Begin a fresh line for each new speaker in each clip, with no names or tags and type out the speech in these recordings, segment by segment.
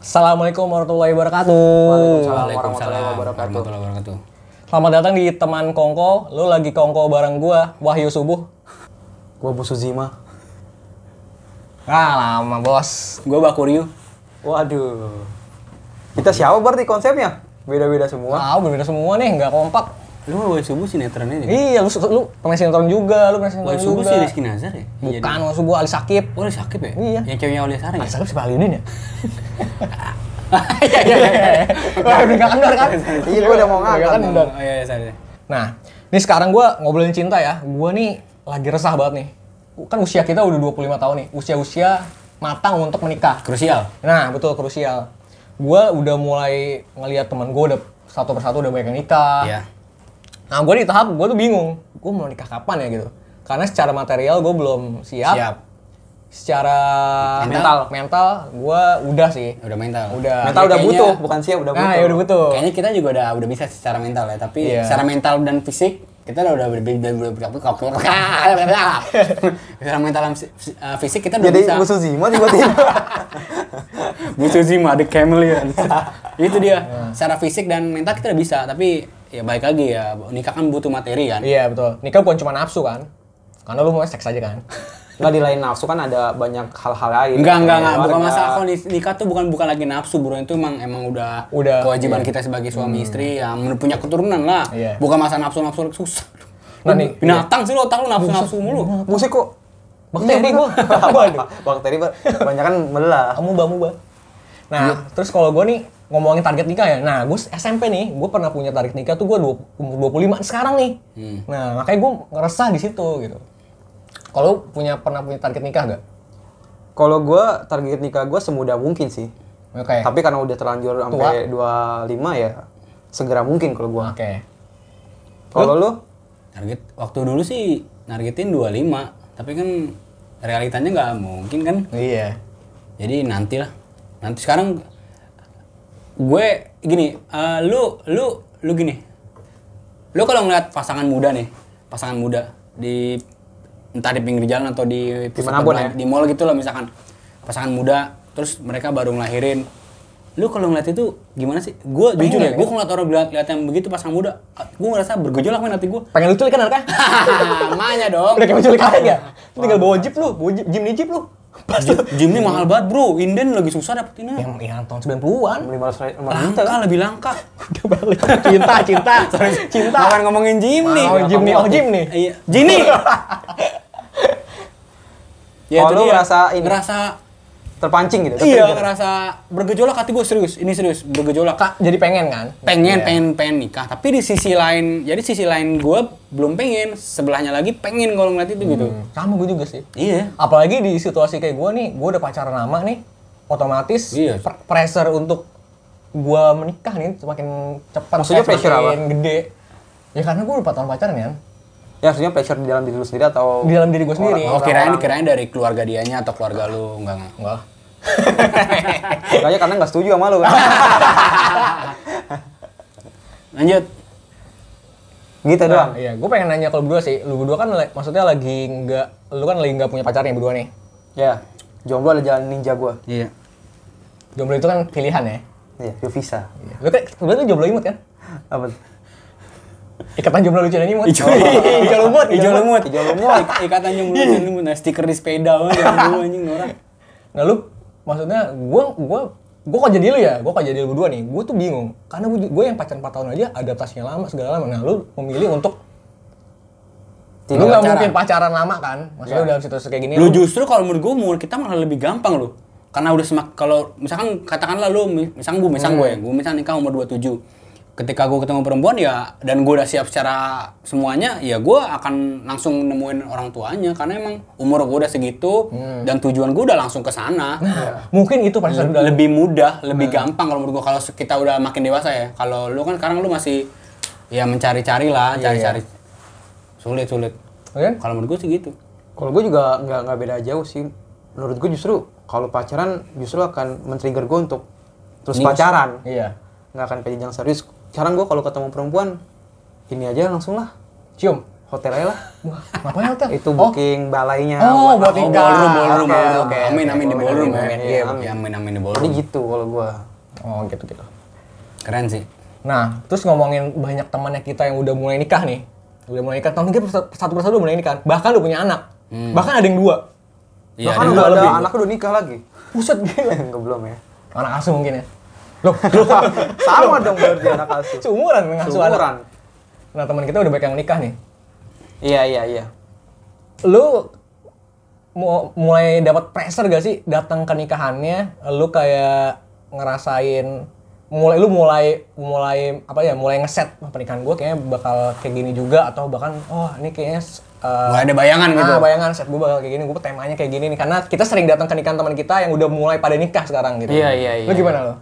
Assalamualaikum warahmatullahi wabarakatuh.
Waalaikumsalam warahmatullahi
Waalaikumsalam
wabarakatuh.
warahmatullahi wabarakatuh.
Selamat datang di teman Kongko. Lu lagi Kongko bareng gua, Wahyu Subuh.
Gua Bu Suzima.
Ah, lama bos.
Gue Bakuryu.
Waduh. Kita siapa berarti konsepnya? Beda-beda semua.
Wah, berbeda semua nih, nggak kompak.
Lu Wahyu Subuh sinetronnya deh.
Iya, lu, lu pernah sinetron juga, lu pernah sinetron
Wahyu Subuh
juga.
sih Rizky Nazar ya? Iya,
Bukan, Wahyu Subuh Ali Sakib.
dia. Oh, Rizky Sakib ya?
Iya.
Yang ceweknya Olia Sari ya?
Ali Sakib siapa Aliudin ya?
Iya, iya, iya.
Wah, udah nggak kendor kan?
Iya, gua udah mau
Udah nggak
ngangkat.
kendor.
Oh, iya, iya, sorry.
Nah, ini sekarang gue ngobrolin cinta ya. Gue nih lagi resah banget nih. Kan usia kita udah 25 tahun nih. Usia-usia matang untuk menikah.
Krusial.
Nah, betul krusial. Gue udah mulai ngelihat temen gue udah satu persatu udah banyak yang nikah.
Iya.
Nah, gue di tahap gue tuh bingung. Gue mau nikah kapan ya gitu. Karena secara material gue belum siap.
Siap.
Secara
Mental.
mental gue udah sih.
Udah mental.
Udah.
Mental udah
Kayaknya-
butuh, bukan siap udah
nah,
butuh.
ya udah butuh.
Kayaknya kita juga udah udah bisa secara mental ya, tapi
Iya.
secara mental dan fisik kita udah udah berbeda udah berapa secara mental dan fis- eh, fisik kita udah
Jadi
bisa
Bu Suzima tiba-tiba.
Butuh Zima, ada camel ya. itu dia. Secara fisik dan mental kita udah bisa, tapi ya baik lagi ya. Nikah kan butuh materi kan.
Iya, betul. Nikah bukan cuma nafsu kan. Karena lu mau seks aja kan.
Enggak di lain nafsu kan ada banyak hal-hal lain.
Enggak, enggak, enggak.
Keluarga.
Bukan masalah kalau nis- nikah tuh bukan bukan lagi nafsu, bro. Itu emang emang udah,
Udah, Hmm.
kewajiban kita sebagai suami istri yang punya keturunan lah.
Iya.
Bukan masalah nafsu-nafsu susah.
Nah, nih, Hmm.
binatang sih lo, otak lo nafsu-nafsu mulu.
Musik kok.
Bakteri gua. Waduh.
Bakteri banyak kan
Ah,
melah.
kamu bambu bah nah terus kalau gue nih ngomongin target nikah ya nah gue SMP nih gue pernah punya target nikah tuh gue umur 25 sekarang nih
Hmm.
nah makanya gue ngerasa di situ gitu kalau lu punya pernah punya target nikah gak
Kalau gua target nikah gua semudah mungkin sih.
oke
Tapi karena udah terlanjur sampai 25 ya segera mungkin kalau gua.
oke
Kalau lu
Target waktu dulu sih nargetin 25, tapi kan realitanya nggak mungkin kan.
iya
Jadi nantilah. Nanti sekarang gue gini, eh, lu lu lu gini. Lu kalau ngeliat pasangan muda nih, pasangan muda di entah di pinggir jalan atau di pusat
manapun
perbelanjaan,
ya.
di mall gitu lah misalkan. Pasangan muda terus mereka baru ngelahirin. Lu kalau ngeliat itu gimana sih? Gue jujur ya, gue ngeliat orang ngeliat, ngeliat yang begitu pasangan muda, gue ngerasa bergejolak main hati gue.
pengen lu culik kan Arka
Makanya dong.
udah kayak penculik aja ya Lu tinggal bawa jeep lu bawa jeep, gym nih jeep lu pas lu
Jimny mahal banget bro, Inden lagi susah dapetinnya.
yang yang tahun 90-an
500
langka lebih langka
udah balik cinta cinta cinta
bukan ngomongin Jimny
oh gym nih oh gym nih
iya Jimny
Oh, lu ngerasa ini?
ngerasa
terpancing gitu.
iya
ketrigger.
ngerasa bergejolak hati gue serius ini serius bergejolak kak
jadi pengen kan
pengen
Iya.
pengen pengen nikah tapi di sisi lain jadi sisi lain gue belum pengen sebelahnya lagi pengen kalau ngeliat itu gitu
Hmm. sama gue juga sih
iya
apalagi di situasi kayak gue nih gue udah pacaran lama nih otomatis
Iya.
pr- pressure untuk gue menikah nih semakin cepat
Maksudnya
kayak
pressure apa?
semakin gede ya karena gue udah 4 tahun pacaran kan
Ya maksudnya pressure di dalam diri lu sendiri atau
di dalam diri gue sendiri Gitu
oh kirain kirain dari keluarga dianya atau keluarga lu enggak enggak
enggak lah.
Makanya karena nggak setuju sama lu kan.
lanjut
gitu
Nah,
doang.
iya gue pengen nanya kalau berdua sih lu berdua kan le- maksudnya lagi nggak lu kan lagi nggak punya pacar nih berdua nih
Ya, jomblo ada jalan ninja gua.
iya
jomblo itu kan pilihan ya
Iya, yo visa.
lu kan sebenarnya lu jomblo imut kan
Apa?
ikatan jomblo lucu dan imut
Ijo-
Oh, ijo lumut
Hijau lumut.
Hijau lumut.
Ik- Ikatan yang lumut, yang lumut. Nah, stiker di sepeda wah, yang dulu anjing orang.
Nah lu maksudnya gue gue gue kok jadi lu ya, gue kok jadi lu berdua nih, gue tuh bingung karena gue, gue yang pacaran 4 tahun aja adaptasinya lama segala lama. Nah lu memilih untuk
Tidak
lu nggak
pacaran.
mungkin pacaran lama kan, maksudnya dalam situasi kayak gini.
Lu justru kalau menurut gue umur kita malah lebih gampang loh. Karena udah semak kalau misalkan katakanlah lu mi- misalkan gue, misalkan gue, gue misalkan ya, nikah umur 27. Ketika gue ketemu perempuan ya dan gue udah siap secara semuanya, ya gue akan langsung nemuin orang tuanya karena emang umur gue udah segitu dan tujuan gue udah langsung ke sana.
Nah. mungkin itu pada saat udah
lebih mudah, lebih gampang kalau menurut gua kalau kita udah makin dewasa ya. Kalau lu kan sekarang lu masih ya mencari-cari lah, cari-cari. Sulit, sulit.
kan?
Kalau menurut gua sih gitu.
Kalau gue juga nggak nggak beda jauh sih. Menurut gue justru kalau pacaran justru akan men-trigger gue untuk terus pacaran.
Iya.
Nggak akan kayak yang serius. Sekarang gue kalau ketemu perempuan ini aja langsung lah.
Cium.
hotel aja lah.
Wah, ngapain hotel?
Itu
Oh,
booking balainya.
Oh, buat
Oh,
nikah.
ballroom, ballroom,
Oke,
ballroom.
oke,
Amin,
oke.
amin di
Amin,
ballroom ya.
amin,
Iya,
amin.
amin, amin di
Jadi
ballroom.
gitu kalau gua.
Oh, gitu gitu.
Keren sih.
Nah, terus ngomongin banyak temannya kita yang udah mulai nikah nih. Udah mulai nikah, tahun tiga persatu satu persatu udah mulai nikah. Bahkan udah punya anak. Bahkan ada yang dua.
Iya,
Bahkan
ada-
udah ada
lebih.
anak udah nikah lagi.
Buset gila.
Enggak belum ya.
Anak asuh mungkin ya. Loh, loh.
Sama dong berarti anak asuh.
Seumuran ngasuh anak.
Seumuran.
Nah, teman kita udah banyak yang nikah nih.
Iya, iya, iya.
Lu mu- mulai dapat pressure gak sih datang ke nikahannya? Lu kayak ngerasain mulai lu mulai mulai apa ya mulai ngeset "Wah, pernikahan gue kayaknya bakal kayak gini juga atau bahkan oh ini kayaknya eh,
Nggak ada bayangan gitu.
Nah, bayangan set gue bakal kayak gini, gue temanya kayak gini nih karena kita sering datang ke nikahan teman kita yang udah mulai pada nikah sekarang gitu.
Iya, iya, iya.
Lu gimana lo?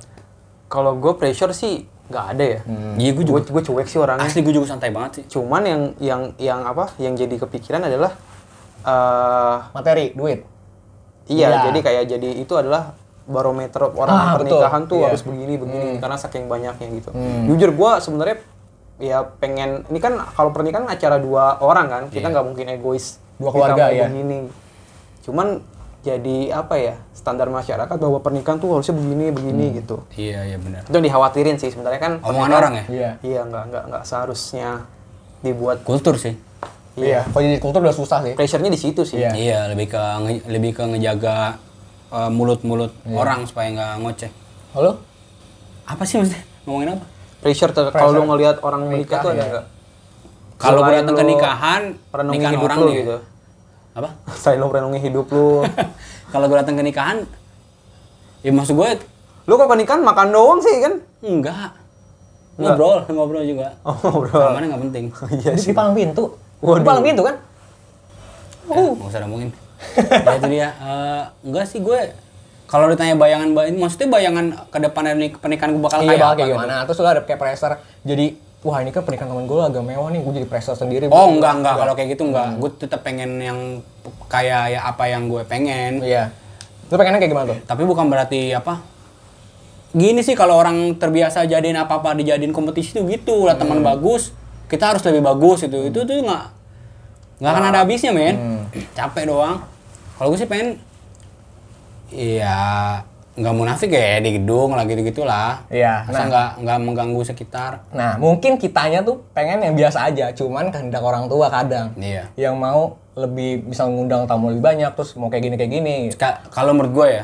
Kalau gua pressure sih nggak ada ya.
Iya, gue
Gua
juga.
gua cuek sih orangnya.
Asli gue juga santai banget sih.
Cuman yang yang yang apa? Yang jadi kepikiran adalah eh
Materi, duit.
iya,
Iya.
jadi kayak jadi itu adalah barometer orang
Ah, betul.
pernikahan
Iya.
tuh
Hmm.
harus begini begini karena saking banyaknya gitu. Jujur gua sebenarnya ya pengen ini kan kalau pernikahan acara dua orang kan, kita nggak mungkin
Iya.
egois.
Dua
Kita
keluarga,
mau
iya.
Begini. Cuman jadi apa ya? Standar masyarakat bahwa pernikahan tuh harusnya begini begini
Hmm.
gitu.
Iya, iya benar.
Itu yang dikhawatirin sih sebenarnya kan.
Omongan
pernikahan-
orang ya?
Iya.
Iya, nggak nggak nggak seharusnya dibuat
Kultur sih.
Iya, kalau jadi kultur udah susah sih.
pressure-nya di situ sih.
Iya.
Iya, lebih ke nge- lebih ke ngejaga eh, mulut-mulut orang supaya nggak ngoceh.
Halo?
Apa sih maksudnya? Ngomongin apa?
Pressure ter- kalau lu ngelihat orang menikah
iya.
tuh ada nggak?
Kalau gue
Selain
datang ke
lu
nikahan,
renungin
nikahan
hidup
orang
lu
nih.
gitu.
Apa?
Selain lu renungi hidup lu.
Kalau gue datang ke nikahan, ya maksud gue
lu kok ke nikahan makan doang sih kan?
enggak. Ngobrol, ngobrol juga.
Oh, ngobrol.
Amannya nggak penting.
Iya
di
sih.
palang pintu.
Waduh.
Di palang pintu kan?
Ya, nggak usah ngomongin. ya itu dia. Eh, enggak sih gue. Kalau ditanya bayangan ba- ini maksudnya bayangan ke depan dari pernikahan gue
Iya,
bakal kayak
bakal
apa
kayak
gitu.
gimana? Terus lu ada kayak pressure. Jadi, wah ini kan pernikahan teman gue agak mewah nih, gue jadi pressure sendiri.
Oh enggak enggak kalau kayak gitu enggak. Gue tetap pengen yang p- kayak ya apa yang gue pengen.
Iya. Lu pengennya kayak gimana tuh?
Tapi bukan berarti apa? Gini sih kalau orang terbiasa jadiin apa-apa dijadiin kompetisi tuh gitu. Lah teman
Hmm.
bagus, kita harus lebih bagus itu. Itu tuh enggak enggak akan ada habisnya, men.
Hmm.
Capek doang. Kalau gue sih pengen iya nggak munafik ya di gedung lah gitu-gitulah.
Iya,
Masa
nah.
nggak nggak mengganggu sekitar.
Nah, mungkin kitanya tuh pengen yang biasa aja, cuman kehendak orang tua kadang.
Iya.
Yang mau lebih bisa ngundang tamu lebih banyak, terus mau kayak gini kayak gini.
Ka- kalau menurut gue ya,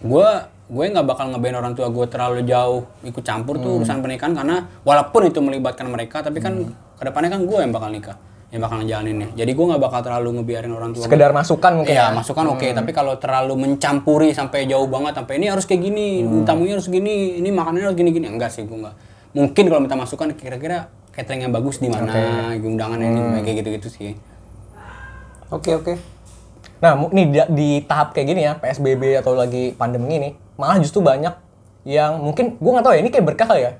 gue gue nggak bakal ngebain orang tua gue terlalu jauh ikut campur tuh
Hmm.
urusan pernikahan karena walaupun itu melibatkan mereka tapi kan kedepannya kan gue yang bakal nikah yang bakal ngejalaninnya jadi gue nggak bakal terlalu ngebiarin orang tua
Sekedar masukan mungkin. ya.
Iya, masukan oke, tapi kalau terlalu mencampuri sampai jauh banget sampai ini harus kayak gini,
Hmm.
tamunya harus gini, ini makanannya harus gini-gini. Enggak sih, gua enggak. Mungkin kalau minta masukan kira-kira catering yang bagus di mana, undangan ini
Hmm.
kayak gitu-gitu sih.
Oke, oke.
Nah, mu- nih di, di tahap kayak gini ya, PSBB atau lagi pandemi ini, malah justru banyak yang mungkin gue nggak tahu ya, ini kayak berkah kali ya.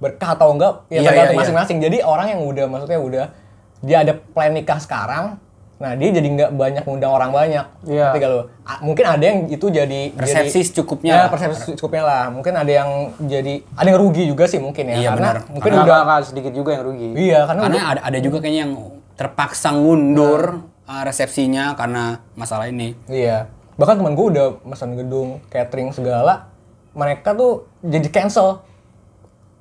Berkah atau enggak ya
Iya,
tergantung
iya, iya.
masing-masing. Jadi orang yang udah maksudnya udah dia ada plan nikah sekarang, nah dia jadi nggak banyak ngundang orang banyak.
Iya.
Ngerti nggak lo? A- mungkin ada yang itu jadi
Persepsi
jadi-
secukupnya
Ya,
lah.
persepsi secukupnya lah. Mungkin ada yang jadi ada yang rugi juga sih mungkin ya.
Iya,
karena
benar.
mungkin
Karena
udah
nggak sedikit juga yang rugi.
iya karena,
karena
udah-
ada ada juga kayaknya yang terpaksa ngundur
Hmm.
uh, resepsinya karena masalah ini.
iya. Bahkan temen gue udah pesan gedung, catering segala, mereka tuh jadi cancel.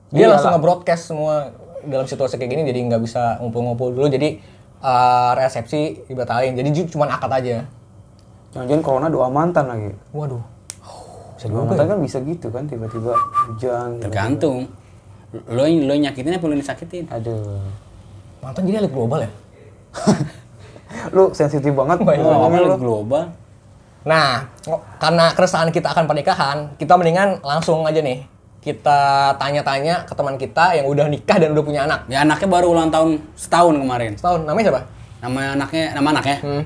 dia
Iyalah.
langsung nge-broadcast semua dalam situasi kayak gini jadi nggak bisa ngumpul-ngumpul dulu jadi eh, resepsi dibatalin jadi ju- cuman akad aja
Jangan-jangan corona doa mantan lagi.
waduh
Bisa doa mantan kan bisa gitu kan tiba-tiba hujan. gitu.
Tergantung lo lo yang nyakitin apa lo yang disakitin.
Aduh.
mantan jadi elit global ya
Lu sensitif banget.
Wah, iya,
Oh,
ngomongin lu.
global.
nah ngo- karena keresahan kita akan pernikahan kita mendingan langsung aja nih kita tanya-tanya ke teman kita yang udah nikah dan udah punya anak
Ya anaknya baru ulang tahun setahun kemarin.
setahun namanya siapa
Nama anaknya, nama anaknya. Ah,
Hmm.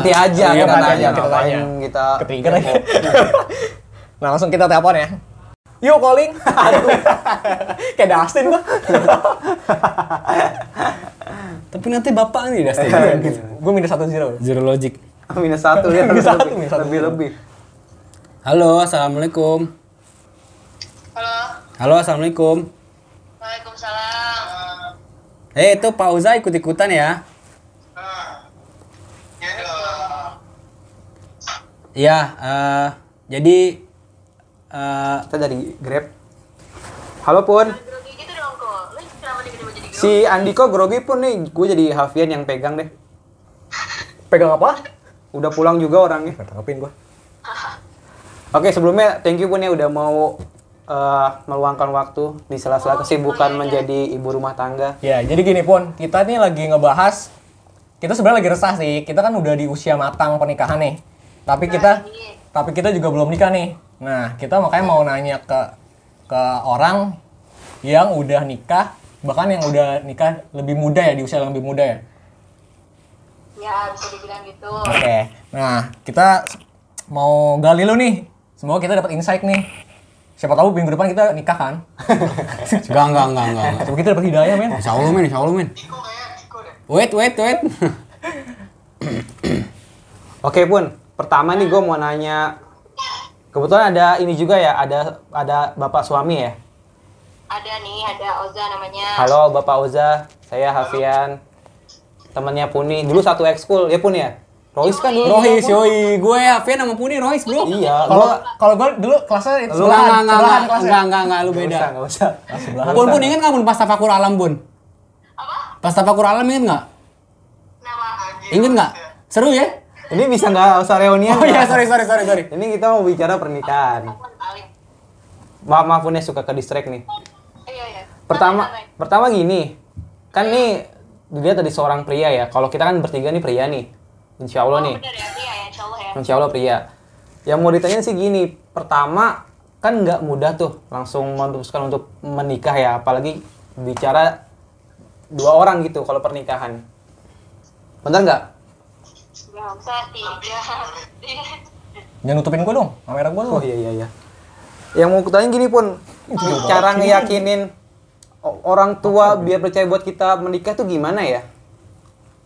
Nanti aja
iya,
kita
nanti
tanya,
aja kita
ngapain
tanya.
kita
ketiga lagi nah langsung kita telepon ya yuk calling kayak Dustin gua
Tapi nanti bapak nih Dustin.
gue minus satu zero
Zero logic.
minus satu ya
Minus satu,
lebih
minus satu.
lebih, lebih.
Halo, assalamualaikum.
Halo,
Halo, assalamualaikum.
Waalaikumsalam.
Eh itu Pak Uza ikut-ikutan ya.
Ah.
Iya, eh, jadi eh,
Kita dari Grab. Halo Pun.
grogi gitu dong kok lu selama ini kenapa jadi grogi
Si Andiko grogi pun nih, gue jadi Hafian yang pegang deh.
Pegang apa?
Udah pulang juga orangnya.
Nggak tanggepin gua.
Oke, sebelumnya thank you Bun ya udah mau eh, meluangkan waktu di
Oh,
sela-sela
iya,
kesibukan menjadi ibu rumah tangga.
Ya, jadi gini pun, kita nih lagi ngebahas kita sebenarnya lagi resah sih. Kita kan udah di usia matang pernikahan nih. Tapi kita tapi kita juga belum nikah nih. Nah, kita makanya mau nanya ke ke orang yang udah nikah, bahkan yang udah nikah lebih muda ya di usia yang lebih muda ya.
ya bisa dibilang gitu
Oke. Nah, kita mau gali lu nih. Semoga kita dapat insight nih. Siapa tahu minggu depan kita nikah kan.
enggak enggak enggak enggak. enggak.
Semoga kita dapat hidayah, men.
Insya Allah men, insya Allah men. Wait, wait, wait.
Oke Bun, pertama nih gue mau nanya kebetulan ada ini juga ya, ada ada Bapak suami ya.
ada nih ada Oza namanya
Halo Bapak Oza, saya Hafian. Temennya Puni, dulu satu ekskul ya Pun ya. Rois
Iya,
kan dulu.
Rohis, yoi. Gue Hafian sama Puni Rohis, bro.
Iya,
Kalau
gua
kalau gue dulu kelasnya
Lu enggak
sebelahan,
enggak enggak
sebelahan
enggak,
kelasnya.
enggak enggak enggak lu
Nggak
beda.
usah, nggak usah. Nah,
Sebelahan.
Bun, Bun ingat enggak Bun pas tafakur alam, Bun?
apa
Pas tafakur alam ingat enggak?
nama
Ingat enggak? Seru ya?
Ini bisa nggak usah reunian?
Oh iya,
nggak?
sorry sorry sorry sorry.
Ini kita mau bicara pernikahan.
Alin Alin
Maaf maaf Bun ya suka ke distract nih.
iya iya
pertama
Alin, Alin.
pertama gini kan nih dilihat dari seorang pria ya kalau kita kan bertiga nih pria nih insya allah Oh, nih
bener ya iya ya insya Allah ya
insya allah pria yang mau ditanya sih gini pertama kan nggak mudah tuh langsung memutuskan untuk menikah ya apalagi bicara dua orang gitu kalau pernikahan bener nggak
nggak usah Ya, tiga
Jangan nutupin gue dong, kamera gue lu.
oh iya iya iya yang mau kutanya gini pun cara ngeyakinin o- orang tua biar percaya buat kita menikah tuh gimana ya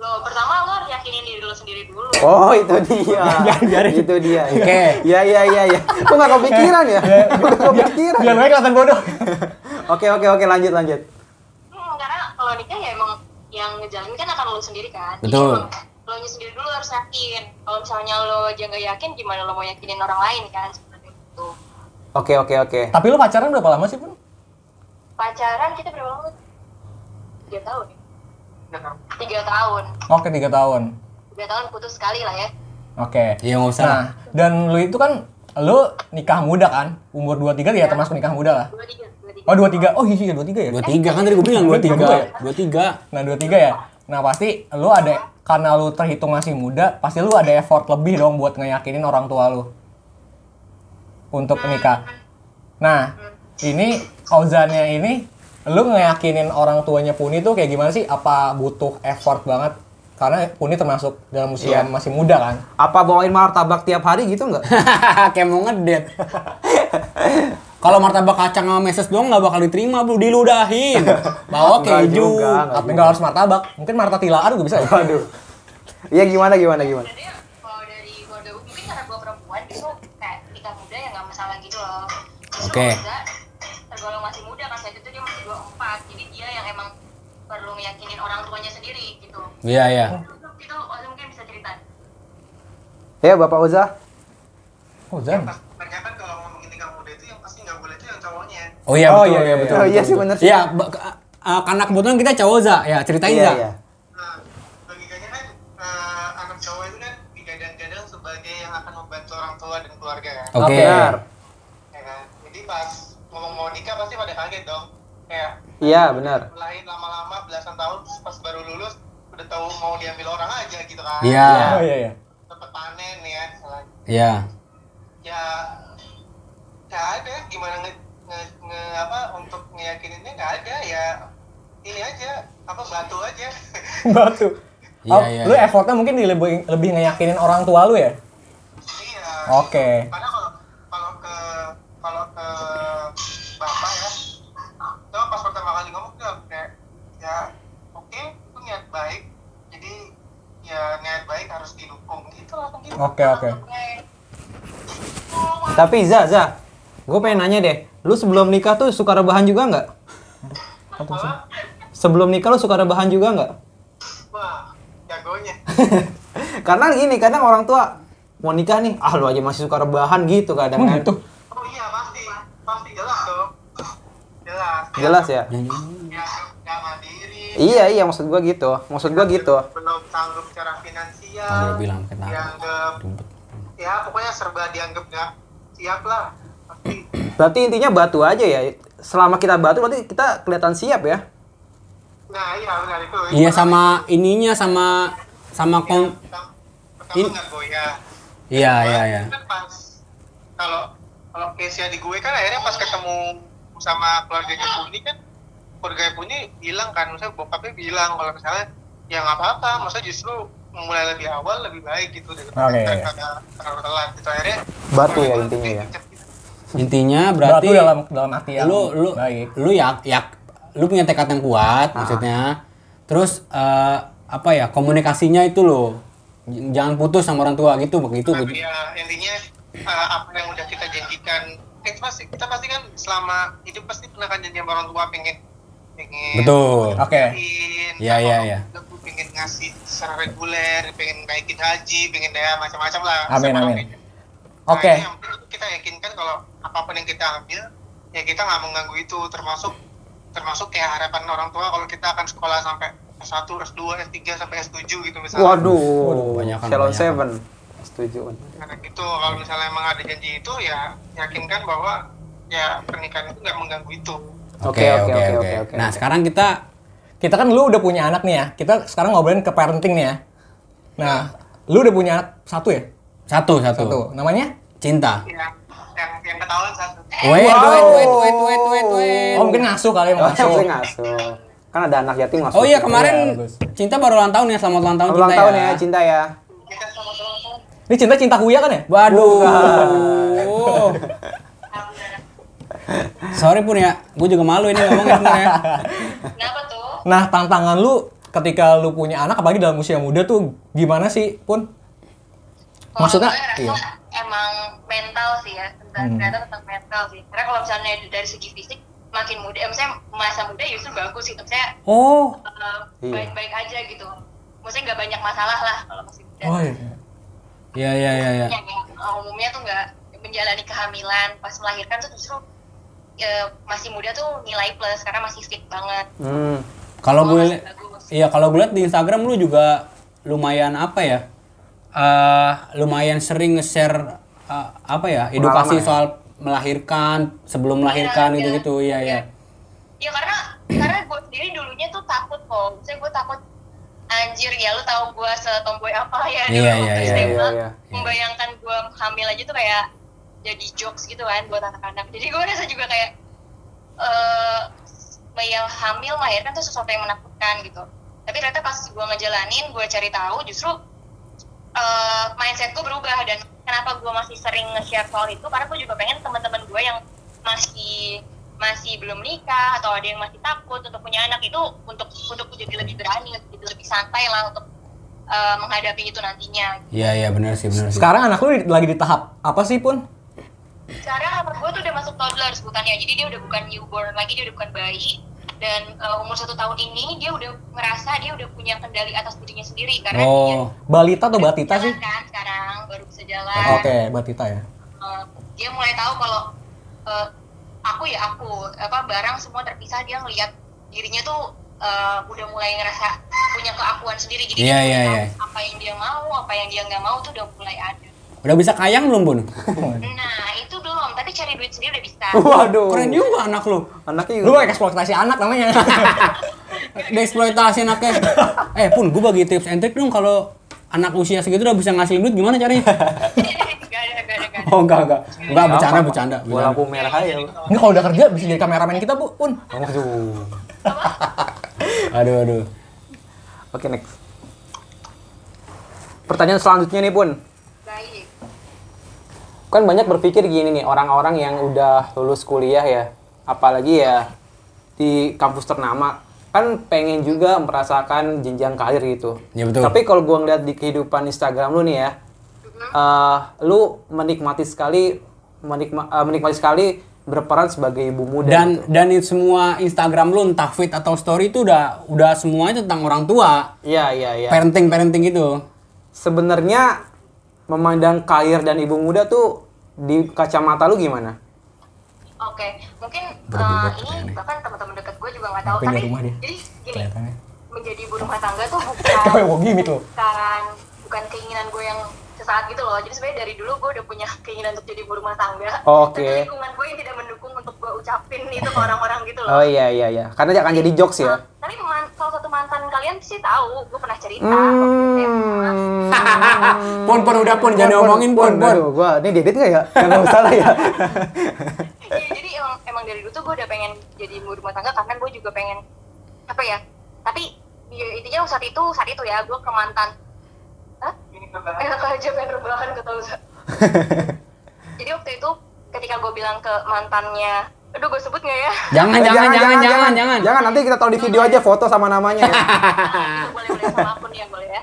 lo pertama lo harus yakinin diri lo sendiri dulu
Oh itu dia. itu dia.
Oke.
Ya ya ya ya. Kok nggak kepikiran ya? Kok nggak kepikiran. ya?
Biar mereka kelihatan bodoh.
Oke oke oke lanjut lanjut.
Hmm, karena kalau nikah ya emang yang ngejalanin kan akan lo sendiri kan Jadi
Betul.
emang lo nya sendiri dulu harus yakin kalau misalnya lo aja nggak yakin gimana lo mau yakinin orang lain kan seperti itu
Oke oke oke.
Tapi lu pacaran berapa lama sih, Pun?
pacaran kita berapa lama tiga tahun ya? tiga tahun
Oke, tiga tahun.
tiga tahun putus sekali lah ya
Oke.
Iya, nggak usah.
Nah, dan lu itu kan lu nikah muda kan? Umur 23 ya termasuk nikah muda lah.
dua tiga dua tiga
Oh, 23. Oh, iya iya, 23 ya.
23 kan tadi gue bilang 23. 23.
Nah, 23 ya. Nah, pasti lu ada karena lu terhitung masih muda, pasti lu ada effort lebih dong buat ngeyakinin orang tua lu untuk nikah. Nah, ini Ozannya ini lu ngeyakinin orang tuanya Puni tuh kayak gimana sih? Apa butuh effort banget? Karena Puni termasuk dalam usia
Iya.
masih muda kan.
Apa bawain martabak tiap hari gitu nggak?
Kayak mau ngedet. Kalau martabak kacang sama meses doang nggak bakal diterima bro, diludahin. Bawa keju.
Nggak juga, nggak
Apa enggak harus martabak? Mungkin martatilaan juga bisa ya.
Waduh. Iya gimana gimana gimana.
Jadi, kalau dari keluarga gue mungkin karena gue perempuan itu kayak nikah muda ya nggak masalah gitu loh Terus
Oke.
kalau enggak, tergolong masih muda kan saat itu dia masih 24 jadi dia yang emang perlu meyakinin orang tuanya sendiri gitu
Iya, iya.
itu Oza mungkin bisa cerita
Ya Bapak Oza.
Ozan.
Nah, kebanyakan kalau ngomongin nikah muda itu yang pasti nggak boleh itu yang cowoknya
Oh iya
Oh,
betul.
iya, iya, betul,
Oh, iya sih bener sih.
Iya, ba- ke- eh, karena kebetulan kita cowok za, ya ceritain
Iya
za.
iya.
nah logikanya kan eh, anak cowok itu kan digadang-gadang sebagai yang akan membantu orang tua dan keluarga kan
Oke.
Benar.
ya kan jadi pas ngomong mau nikah pasti pada kaget dong kayak
Iya benar.
lahir lama-lama belasan tahun terus pas baru lulus udah tahu mau diambil orang aja gitu kan
Iya.
Oh iya iya.
Dapet panen ya misalnya.
Iya.
ya nggak ada gimana nge, nge- nge- apa untuk ngeyakininnya nggak ada ya ini aja apa batu aja
Batu.
Iya,
Oh,
iya,
lu
iya.
effortnya mungkin di- lebih, lebih ngeyakinin orang tua lu ya?
iya
Oke.
karena kalau kalau ke kalau ke bapak ya tuh pas pertama kali ngomong tuh kayak ya oke itu niat baik jadi ya niat baik harus didukung gitu lah kan gitu
Oh.
Oke, oke.
Tapi za za. Gue pengen nanya deh. Lu sebelum nikah tuh suka rebahan juga nggak? sebelum nikah lo suka rebahan juga nggak?
Wah, jagonya.
karena gini, kadang orang tua mau nikah nih, ah lu aja masih suka rebahan gitu kadang
Emang
kan.
gitu?
Oh iya pasti, pasti jelas dong. Jelas.
Jelas ya?
Ya, nggak mandiri.
Iya, iya maksud gua gitu. Maksud gua gitu.
Belum sanggup secara finansial.
Kalau bilang kena
Dianggap, ya pokoknya serba dianggap nggak siap lah. Pasti.
Berarti intinya batu aja ya. Selama kita batu berarti kita kelihatan siap ya.
Nah iya benar itu.
Iya sama ininya sama sama kom
Pertama-
In-
Pertama nggak goyah.
Iya iya iya.
Kan pas kalau kalau case nya di gue kan akhirnya pas ketemu sama keluarganya Puni kan keluarga Puni bilang kan misalnya bokapnya bilang kalau misalnya ya nggak apa-apa maksudnya justru mulai lebih awal lebih baik gitu daripada
Oke.
kita kagak terlalu telat gitu akhirnya
Batu ya
keluarga gitu. gue
intinya ya.
kecep-kecep.
Intinya
berarti
berarti
dalam dalam hati yang
lu lu
baik
lu yak yak lu punya tekad yang kuat maksudnya. Terus eh, apa ya komunikasinya itu loh J- jangan putus sama orang tua gitu begitu
Tapi
gitu.
ya intinya eh, apa yang udah kita janjikan kan pasti kita pasti kan selama hidup pasti pernah kan janji sama orang tua pengen pengen
Betul.
oke
pengen
Iya, iya, iya.
aku pengen ngasih secara reguler pengen naikin haji pengen daya macam-macam lah
Amin,
Sama
amin.
kayaknya.
Oke.
Nah, ini yang penting kita yakinkan kalau apapun yang kita ambil ya kita nggak mengganggu itu termasuk termasuk kayak harapan orang tua kalau kita akan sekolah sampai S1, S2, S3 sampai S7 gitu misalnya.
Waduh,
kebanyakan,
Shalom
kebanyakan.
Seven. Setuju.
Karena gitu kalau misalnya emang ada janji itu ya yakinkan bahwa ya pernikahan itu nggak mengganggu itu.
Oke, oke, oke, oke, oke.
Nah, sekarang kita
kita kan lu udah punya anak nih ya kita sekarang ngobrolin ke parenting nih ya nah lu udah punya anak satu ya
satu satu,
satu namanya
cinta.
Ya, yang yang ketahuan satu. Eh,
Wait, wait, wait, wait, wait, wait, wait.
oh mungkin ngasuh kali ya
Oh,
ngasuh
yang ngasuh. Kan ada anak yatim ngasuh.
Oh iya kemarin
Iya, bagus.
Cinta baru ulang tahun ya, selamat ulang tahun
ulang
Cinta
tahun
ya.
ya, cinta ya.
Kita sama teman-teman.
ini cinta cinta huya kan ya
Waduh. Sorry pun ya, gue juga malu ini ngomongnya sebenarnya.
Kenapa tuh?
nah tantangan lu ketika lu punya anak apalagi dalam usia muda tuh gimana sih pun
Kalau
Maksudnya,
gue rasa
iya.
emang mental sih ya Dan ternyata tentang mental sih karena kalau misalnya dari segi fisik makin muda eh, misalnya masa muda justru bagus gitu misalnya
Oh,
eh,
Iya.
baik-baik aja gitu maksudnya nggak banyak masalah lah kalau masih muda
oh iya.
iya iya iya. iya.
yang eh, umumnya tuh nggak menjalani kehamilan pas melahirkan tuh justru eh, masih muda tuh nilai plus karena masih fit banget
Hmm.
Kalau gue,
Masih
li-
bagus.
iya kalau gue liat di Instagram lu juga lumayan apa ya? eh lumayan sering nge-share eh, apa ya? Edukasi
Pengalaman ya?
soal melahirkan, sebelum melahirkan
Iya,
gitu-gitu. Iya iya.
ya karena karena gue sendiri dulunya tuh takut kok misalnya gue takut anjir ya lu tahu gue setomboy apa ya dulu
Iya,
waktu
iya,
SD
iya,
gua
iya.
membayangkan gue hamil aja tuh kayak jadi jokes gitu kan buat anak-anak jadi gue rasa juga kayak eh yang hamil melahirkan tuh sesuatu yang menakutkan gitu tapi ternyata pas gue ngejalanin gue cari tahu justru eh, mindset gue berubah dan kenapa gue masih sering nge-share soal itu karena gue juga pengen teman-teman gue yang masih masih belum nikah atau ada yang masih takut untuk punya anak itu untuk untuk jadi lebih berani untuk jadi lebih santai lah untuk eh, menghadapi itu nantinya
Iya iya benar sih benar sih.
sekarang anak lu di- lagi di tahap apa sih pun
sekarang anak gue tuh udah masuk toddler sebutannya jadi dia udah bukan newborn lagi dia udah bukan bayi dan eh, umur satu tahun ini dia udah merasa dia udah punya kendali atas dirinya sendiri karena
Oh,
dia
balita atau
udah
batita sih
jalan kan sekarang baru bisa jalan
oke batita ya
Uh, dia mulai tahu kalau uh, aku ya aku apa barang semua terpisah dia ngelihat dirinya tuh uh, udah mulai ngerasa punya keakuan sendiri
Iya,
jadi dia mulai
iya,
tahu
iya.
apa yang dia mau apa yang dia nggak mau tuh udah mulai ada
udah bisa kayang belum, Bun?
ya.
nah itu belum tapi cari duit sendiri udah bisa
Waduh.
Keren juga anak lu.
Anaknya
lu mau eksploitasi anak namanya
dieksploitasi anaknya eh pun gue bagi tips and trick dong kalau anak usia segitu udah bisa ngasilin duit gimana caranya
gak ada gak ada gak ada
oh enggak enggak enggak bercanda bercanda,
Bola
bercanda.
lampu merah aja.
ini kalau udah kerja bisa jadi kameramen kita bu pun
Waduh.
aduh aduh
Oke, next. Pertanyaan selanjutnya nih, Pun.
baik
kan banyak berpikir gini nih orang-orang yang udah lulus kuliah ya apalagi ya di kampus ternama kan pengen juga merasakan jenjang karir gitu
Ya, betul.
tapi kalau gua ngeliat di kehidupan Instagram lu nih ya eh, lu menikmati sekali menikma- eh, menikmati sekali berperan sebagai ibu muda
dan
gitu.
dan itu semua Instagram lu entah feed atau story itu udah udah semuanya tentang orang tua
iya iya iya
parenting parenting gitu
sebenarnya memandang karir dan ibu muda tuh di kacamata lu gimana
Oke, mungkin
Berbobot
eh, ini
pertanyaannya.
bahkan teman-teman dekat gue juga nggak tahu.
Punya
Tapi
rumah dia.
jadi gini,
kelihatannya
menjadi ibu rumah tangga tuh
kau yang
bukan
mau gimmick lo
bukan bukan keinginan gue yang sesaat gitu loh. Jadi sebenarnya dari dulu gue udah punya keinginan untuk jadi ibu rumah tangga.
Oke.
Tapi lingkungan gue yang tidak mendukung untuk gue ucapin itu ke orang-orang gitu loh.
oh iya iya iya karena dia akan jadi jokes ya
Nah, tapi man- salah satu mantan kalian sih tahu, gue pernah cerita. waktu ya, SMA.
Hmm.
pon pon udah Ah, pon jangan diomongin pon pon
Aduh, gua ini diedit nggak ya? Jangan salah ya.
Iya, jadi emang, emang dari dulu tuh gue udah pengen jadi ibu rumah tangga karena gue juga pengen apa ya? Tapi ya, intinya saat itu saat itu ya gue ke mantan. Hah?
ini kebetulan
Enak aja pengen rebahan ke Tauza. jadi waktu itu ketika gue bilang ke mantannya, aduh gue sebut nggak ya?
jangan
Eh,
jangan jangan jangan jangan
Jangan nanti kita taruh di video aja foto sama namanya. ya.
Nah, itu boleh boleh sama akun ya boleh ya.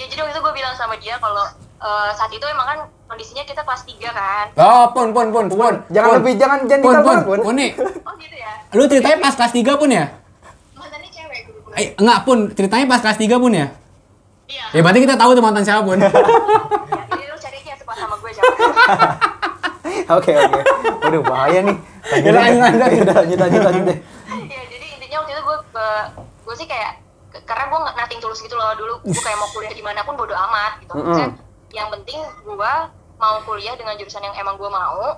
Ya jadi waktu itu gue bilang sama dia kalau eh, saat itu emang kan kondisinya kita kelas 3 kan.
oh pon pon pon pon
Jangan
Pon.
lebih, jangan- jangan
pon pon
ditelepon, Pon.
pon nih
Oh gitu ya.
lu ceritanya pas kelas 3 pun ya
Mantannya cewek gue.
eh enggak pun ceritanya pas kelas 3 pun ya
Iya.
ya berarti kita tahu tuh mantan siapa pun
Jadi lu cari aja sepas sama gue jangan.
Oke oke. Waduh bahaya nih.
Ya, lanjut, lanjut, lanjut.
Udah, lanjut lanjut lanjut deh.
Iya, jadi intinya waktu itu gue gue sih kayak ke- karena gue nggak nothing tulus gitu loh dulu gue kayak mau kuliah dimanapun bodo amat gitu Maksudnya, yang penting gue mau kuliah dengan jurusan yang emang gue mau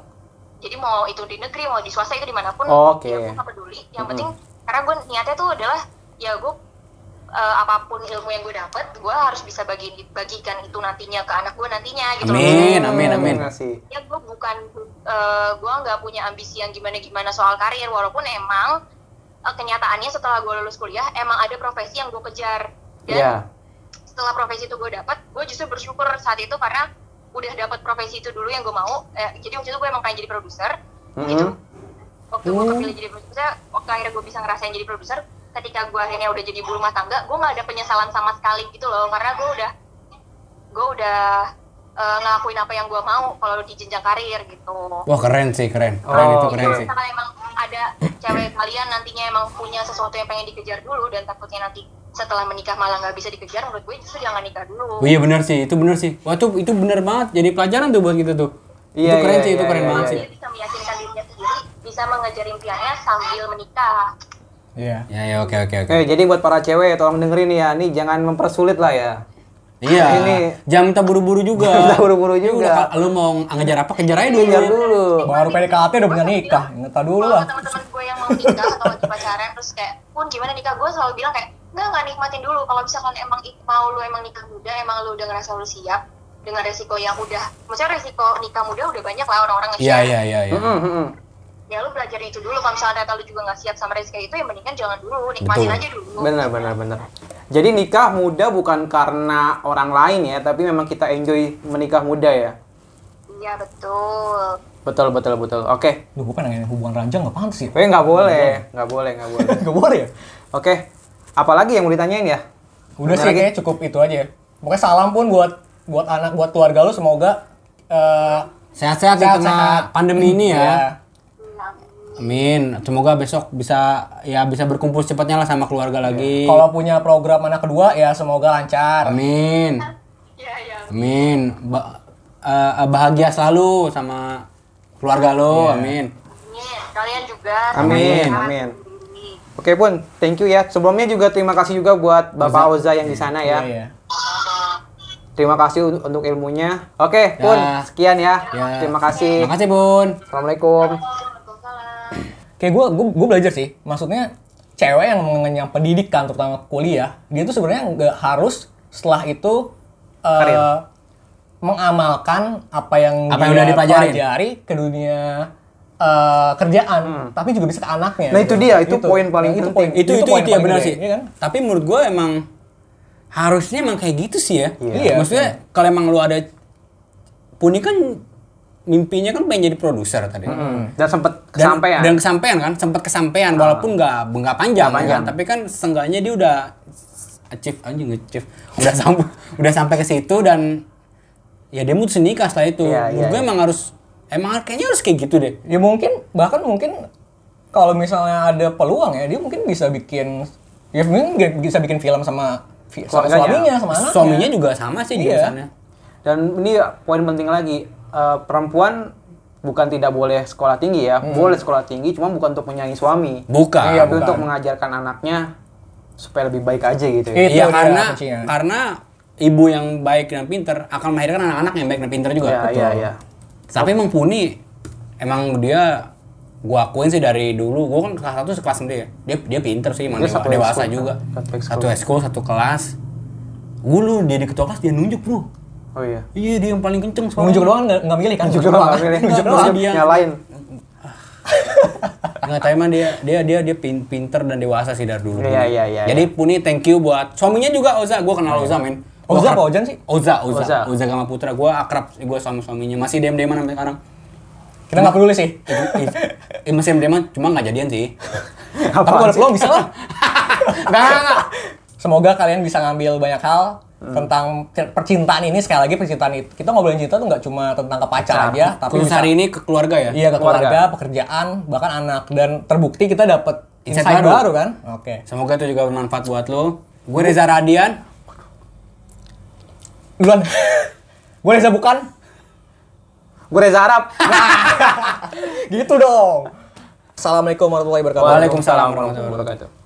jadi mau itu di negeri mau di swasta itu dimanapun
Oh, Oke.
ya gue nggak peduli yang
Mm-mm.
penting karena gue niatnya tuh adalah ya gue eh, apapun ilmu yang gue dapat gue harus bisa bagi bagikan itu nantinya ke anak gue nantinya gitu loh.
Amin, amin,
Hmm,
amin.
Kasih.
ya gue bukan gue nggak punya ambisi yang gimana gimana soal karir walaupun emang eh, kenyataannya setelah gue lulus kuliah emang ada profesi yang gue kejar dan
Iya.
setelah profesi itu gue dapat gue justru bersyukur saat itu karena udah dapat profesi itu dulu yang gue mau Eh, jadi waktu itu gue emang pengen jadi produser gitu
Iya. Mm-mm.
waktu gue kepilih jadi produser waktu akhirnya gue bisa ngerasain jadi produser ketika gue akhirnya udah jadi ibu rumah tangga gue nggak ada penyesalan sama sekali gitu loh karena gue udah gue udah eh, ngelakuin apa yang gue mau kalau di jenjang karir gitu
wah keren sih keren keren itu
Oh,
Jadi
keren
kalau
sih
misalkan emang ada cewek kalian nantinya emang punya sesuatu yang pengen dikejar dulu dan takutnya nanti setelah menikah malah nggak bisa dikejar, menurut gue justru jangan nikah
Oh
dulu.
iya benar sih, itu benar sih. Wah itu, itu benar banget, jadi pelajaran tuh buat kita tuh. itu
Iya,
keren
iya,
sih, itu
iya,
keren
iya,
banget
Jadi
sih.
Dia bisa meyakinkan dirinya sendiri, bisa mengejar impiannya sambil menikah.
iya
Ya ya oke oke oke.
Eh jadi buat para cewek tolong dengerin nih ya, nih jangan mempersulit lah ya.
Iya. Ini
ini-
jangan minta buru-buru juga.
Jangan minta buru-buru
Ya
juga. Iya,
udah, Lu mau ngejar apa kejar aja dulu.
Kejar dulu.
baru PDKT udah punya nikah ngetah dulu
Kalau
lah
ke teman-teman gue yang mau nikah atau lagi pacaran terus kayak, pun gimana nikah gue selalu bilang kayak, nggak nggak nikmatin dulu. Kalau misalkan emang i- mau lu emang nikah muda, emang lu udah ngerasa lu siap dengan resiko yang udah, maksudnya resiko nikah muda udah banyak lah orang-orang
Iya
nge-share.
iya iya. iya.
Mm-mm, mm-mm.
ya lu belajar itu dulu kalau misalnya ternyata lu juga nggak siap sama rezeki itu ya mendingan jangan dulu nikmatin
Betul.
aja dulu
Benar benar benar. Jadi nikah muda bukan karena orang lain ya, tapi memang kita enjoy menikah muda ya.
iya betul
Betul betul betul. Oke.
Duh, gue pengen nanya hubungan ranjang nggak pantas ya? sih.
Eh nggak boleh, nggak boleh, nggak boleh.
Gak boleh ya?
Oke, apalagi yang mau ditanyain ya?
Udah
Ada
sih,
lagi?
kayaknya cukup itu aja ya. Pokoknya salam pun buat buat anak, buat keluarga lu semoga eh,
Sehat-sehat di
Sehat-sehat.
tengah pandemi ini
Iya.
ya.
ya,
Amin. Semoga besok bisa ya bisa berkumpul secepatnya lah sama keluarga
Iya.
lagi.
ya, kalau punya program anak kedua ya semoga lancar.
Amin.
iya iya
Amin. Ba- eh, bahagia selalu sama keluarga lo.
Iya.
Amin.
Amin. kalian juga
Amin,
sehat.
amin. Oke pun, thank you ya. Sebelumnya juga terima kasih juga buat Bapak Oza yang di sana
Iya,
ya.
iya.
Terima kasih un- untuk ilmunya. Oke
Ya.
pun, sekian ya.
Ya.
Terima kasih.
Makasih, Bun.
Assalamualaikum.
Waalaikumsalam.
Kayak gue gue belajar sih. Maksudnya cewek yang mengenyam pendidikan terutama kuliah, dia tuh sebenarnya nggak harus setelah itu eh,
Karir.
mengamalkan apa yang
Apa yang
dia
udah dipajarin.
pelajari ke dunia eh, kerjaan, tapi juga bisa ke anaknya. gitu.
Hmm. Nah, itu dia, itu poin paling
itu
penting.
poin
itu itu itu,
poin
ya
paling
benar
gede,
sih.
iya kan?
Tapi menurut gue emang harusnya emang kayak gitu sih ya.
Iya.
Maksudnya kalau emang lu ada Puni kan mimpinya kan pengen jadi produser tadi.
Dan sempet
Dan,
kesampaian.
dan kesampaian kan, sempat
Ah.
kesampaian walaupun nggak nggak panjang, kan, tapi kan seenggaknya dia udah achieve anjing achieve. Udah sampai udah sampai ke situ dan ya dia mutusin nikah setelah itu.
Iya,
Menurut
iya,
gue
iya.
emang harus Emang kayaknya harus kayak gitu deh.
ya mungkin bahkan mungkin kalau misalnya ada peluang ya dia mungkin bisa bikin ya mungkin dia bisa bikin film sama fi- sama
Keluarganya.
suaminya sama anaknya.
Suaminya juga sama
Iya.
sih jurusannya.
Dan ini poin penting lagi, eh, perempuan bukan tidak boleh sekolah tinggi ya, boleh sekolah tinggi, cuma bukan untuk menyayangi suami,
Bukan.
Iya,
tapi
bukan.
untuk mengajarkan anaknya supaya lebih baik aja gitu.
Iya.
ya.
Itu
Iya
dia
karena
kuncinya.
karena ibu yang baik dan pinter akan melahirkan anak-anak yang baik dan pinter juga.
Iya, iya, iya.
Tapi emang Puni emang dia gua akuin sih dari dulu gua kan kelas satu sekelas sama dia. Dia dia pinter sih, emang
Dia
dewa-
satu
dewasa
ekskul.
juga.
Satu ekskul.
Satu ekskul, satu kelas. Gua lu dia di ketua kelas dia nunjuk bro.
Oh iya.
Iya dia yang paling kenceng soalnya.
nunjuk doang nggak nggak milih kan
Juga nggak milih.
nunjuk
doang.
Nunjuk, Nyalain.
Nggak tahu emang dia dia dia dia pin- pinter dan dewasa sih dari dulu.
Iya,
Puni.
iya, iya,
Jadi Puni thank you buat suaminya juga Oza. Gua kenal Oza men.
Oh,
Gua
Oza
akrab-
apa Ojan sih?
Oza, Oza,
Oza.
Oza, Gama Putra. Gua akrab, gua sama suaminya. Masih dem deman sampai sekarang.
kita nggak peduli sih
Ih, ih, masih dem deman, cuma nggak jadian sih.
tapi kalau ada peluang bisa lah
Nggak, nggak, nggak.
semoga kalian bisa ngambil banyak hal tentang cer- percintaan ini sekali lagi percintaan itu kita ngobrolin cinta tuh nggak cuma tentang ke pacar
Pacar.
aja tapi
Terus
bisa-
hari ini ke keluarga ya?
iya ke keluarga,
keluarga.
pekerjaan bahkan anak dan terbukti kita dapat
Insight
insight, baru.
baru.
kan oke
Semoga itu juga bermanfaat buat lo. Gue Reza Radian.
duluan gue bisa bukan
Gue Reza Arab.
gitu dong assalamualaikum warahmatullahi wabarakatuh
Waalaikumsalam warahmatullahi
warahmatullahi wabarakatuh.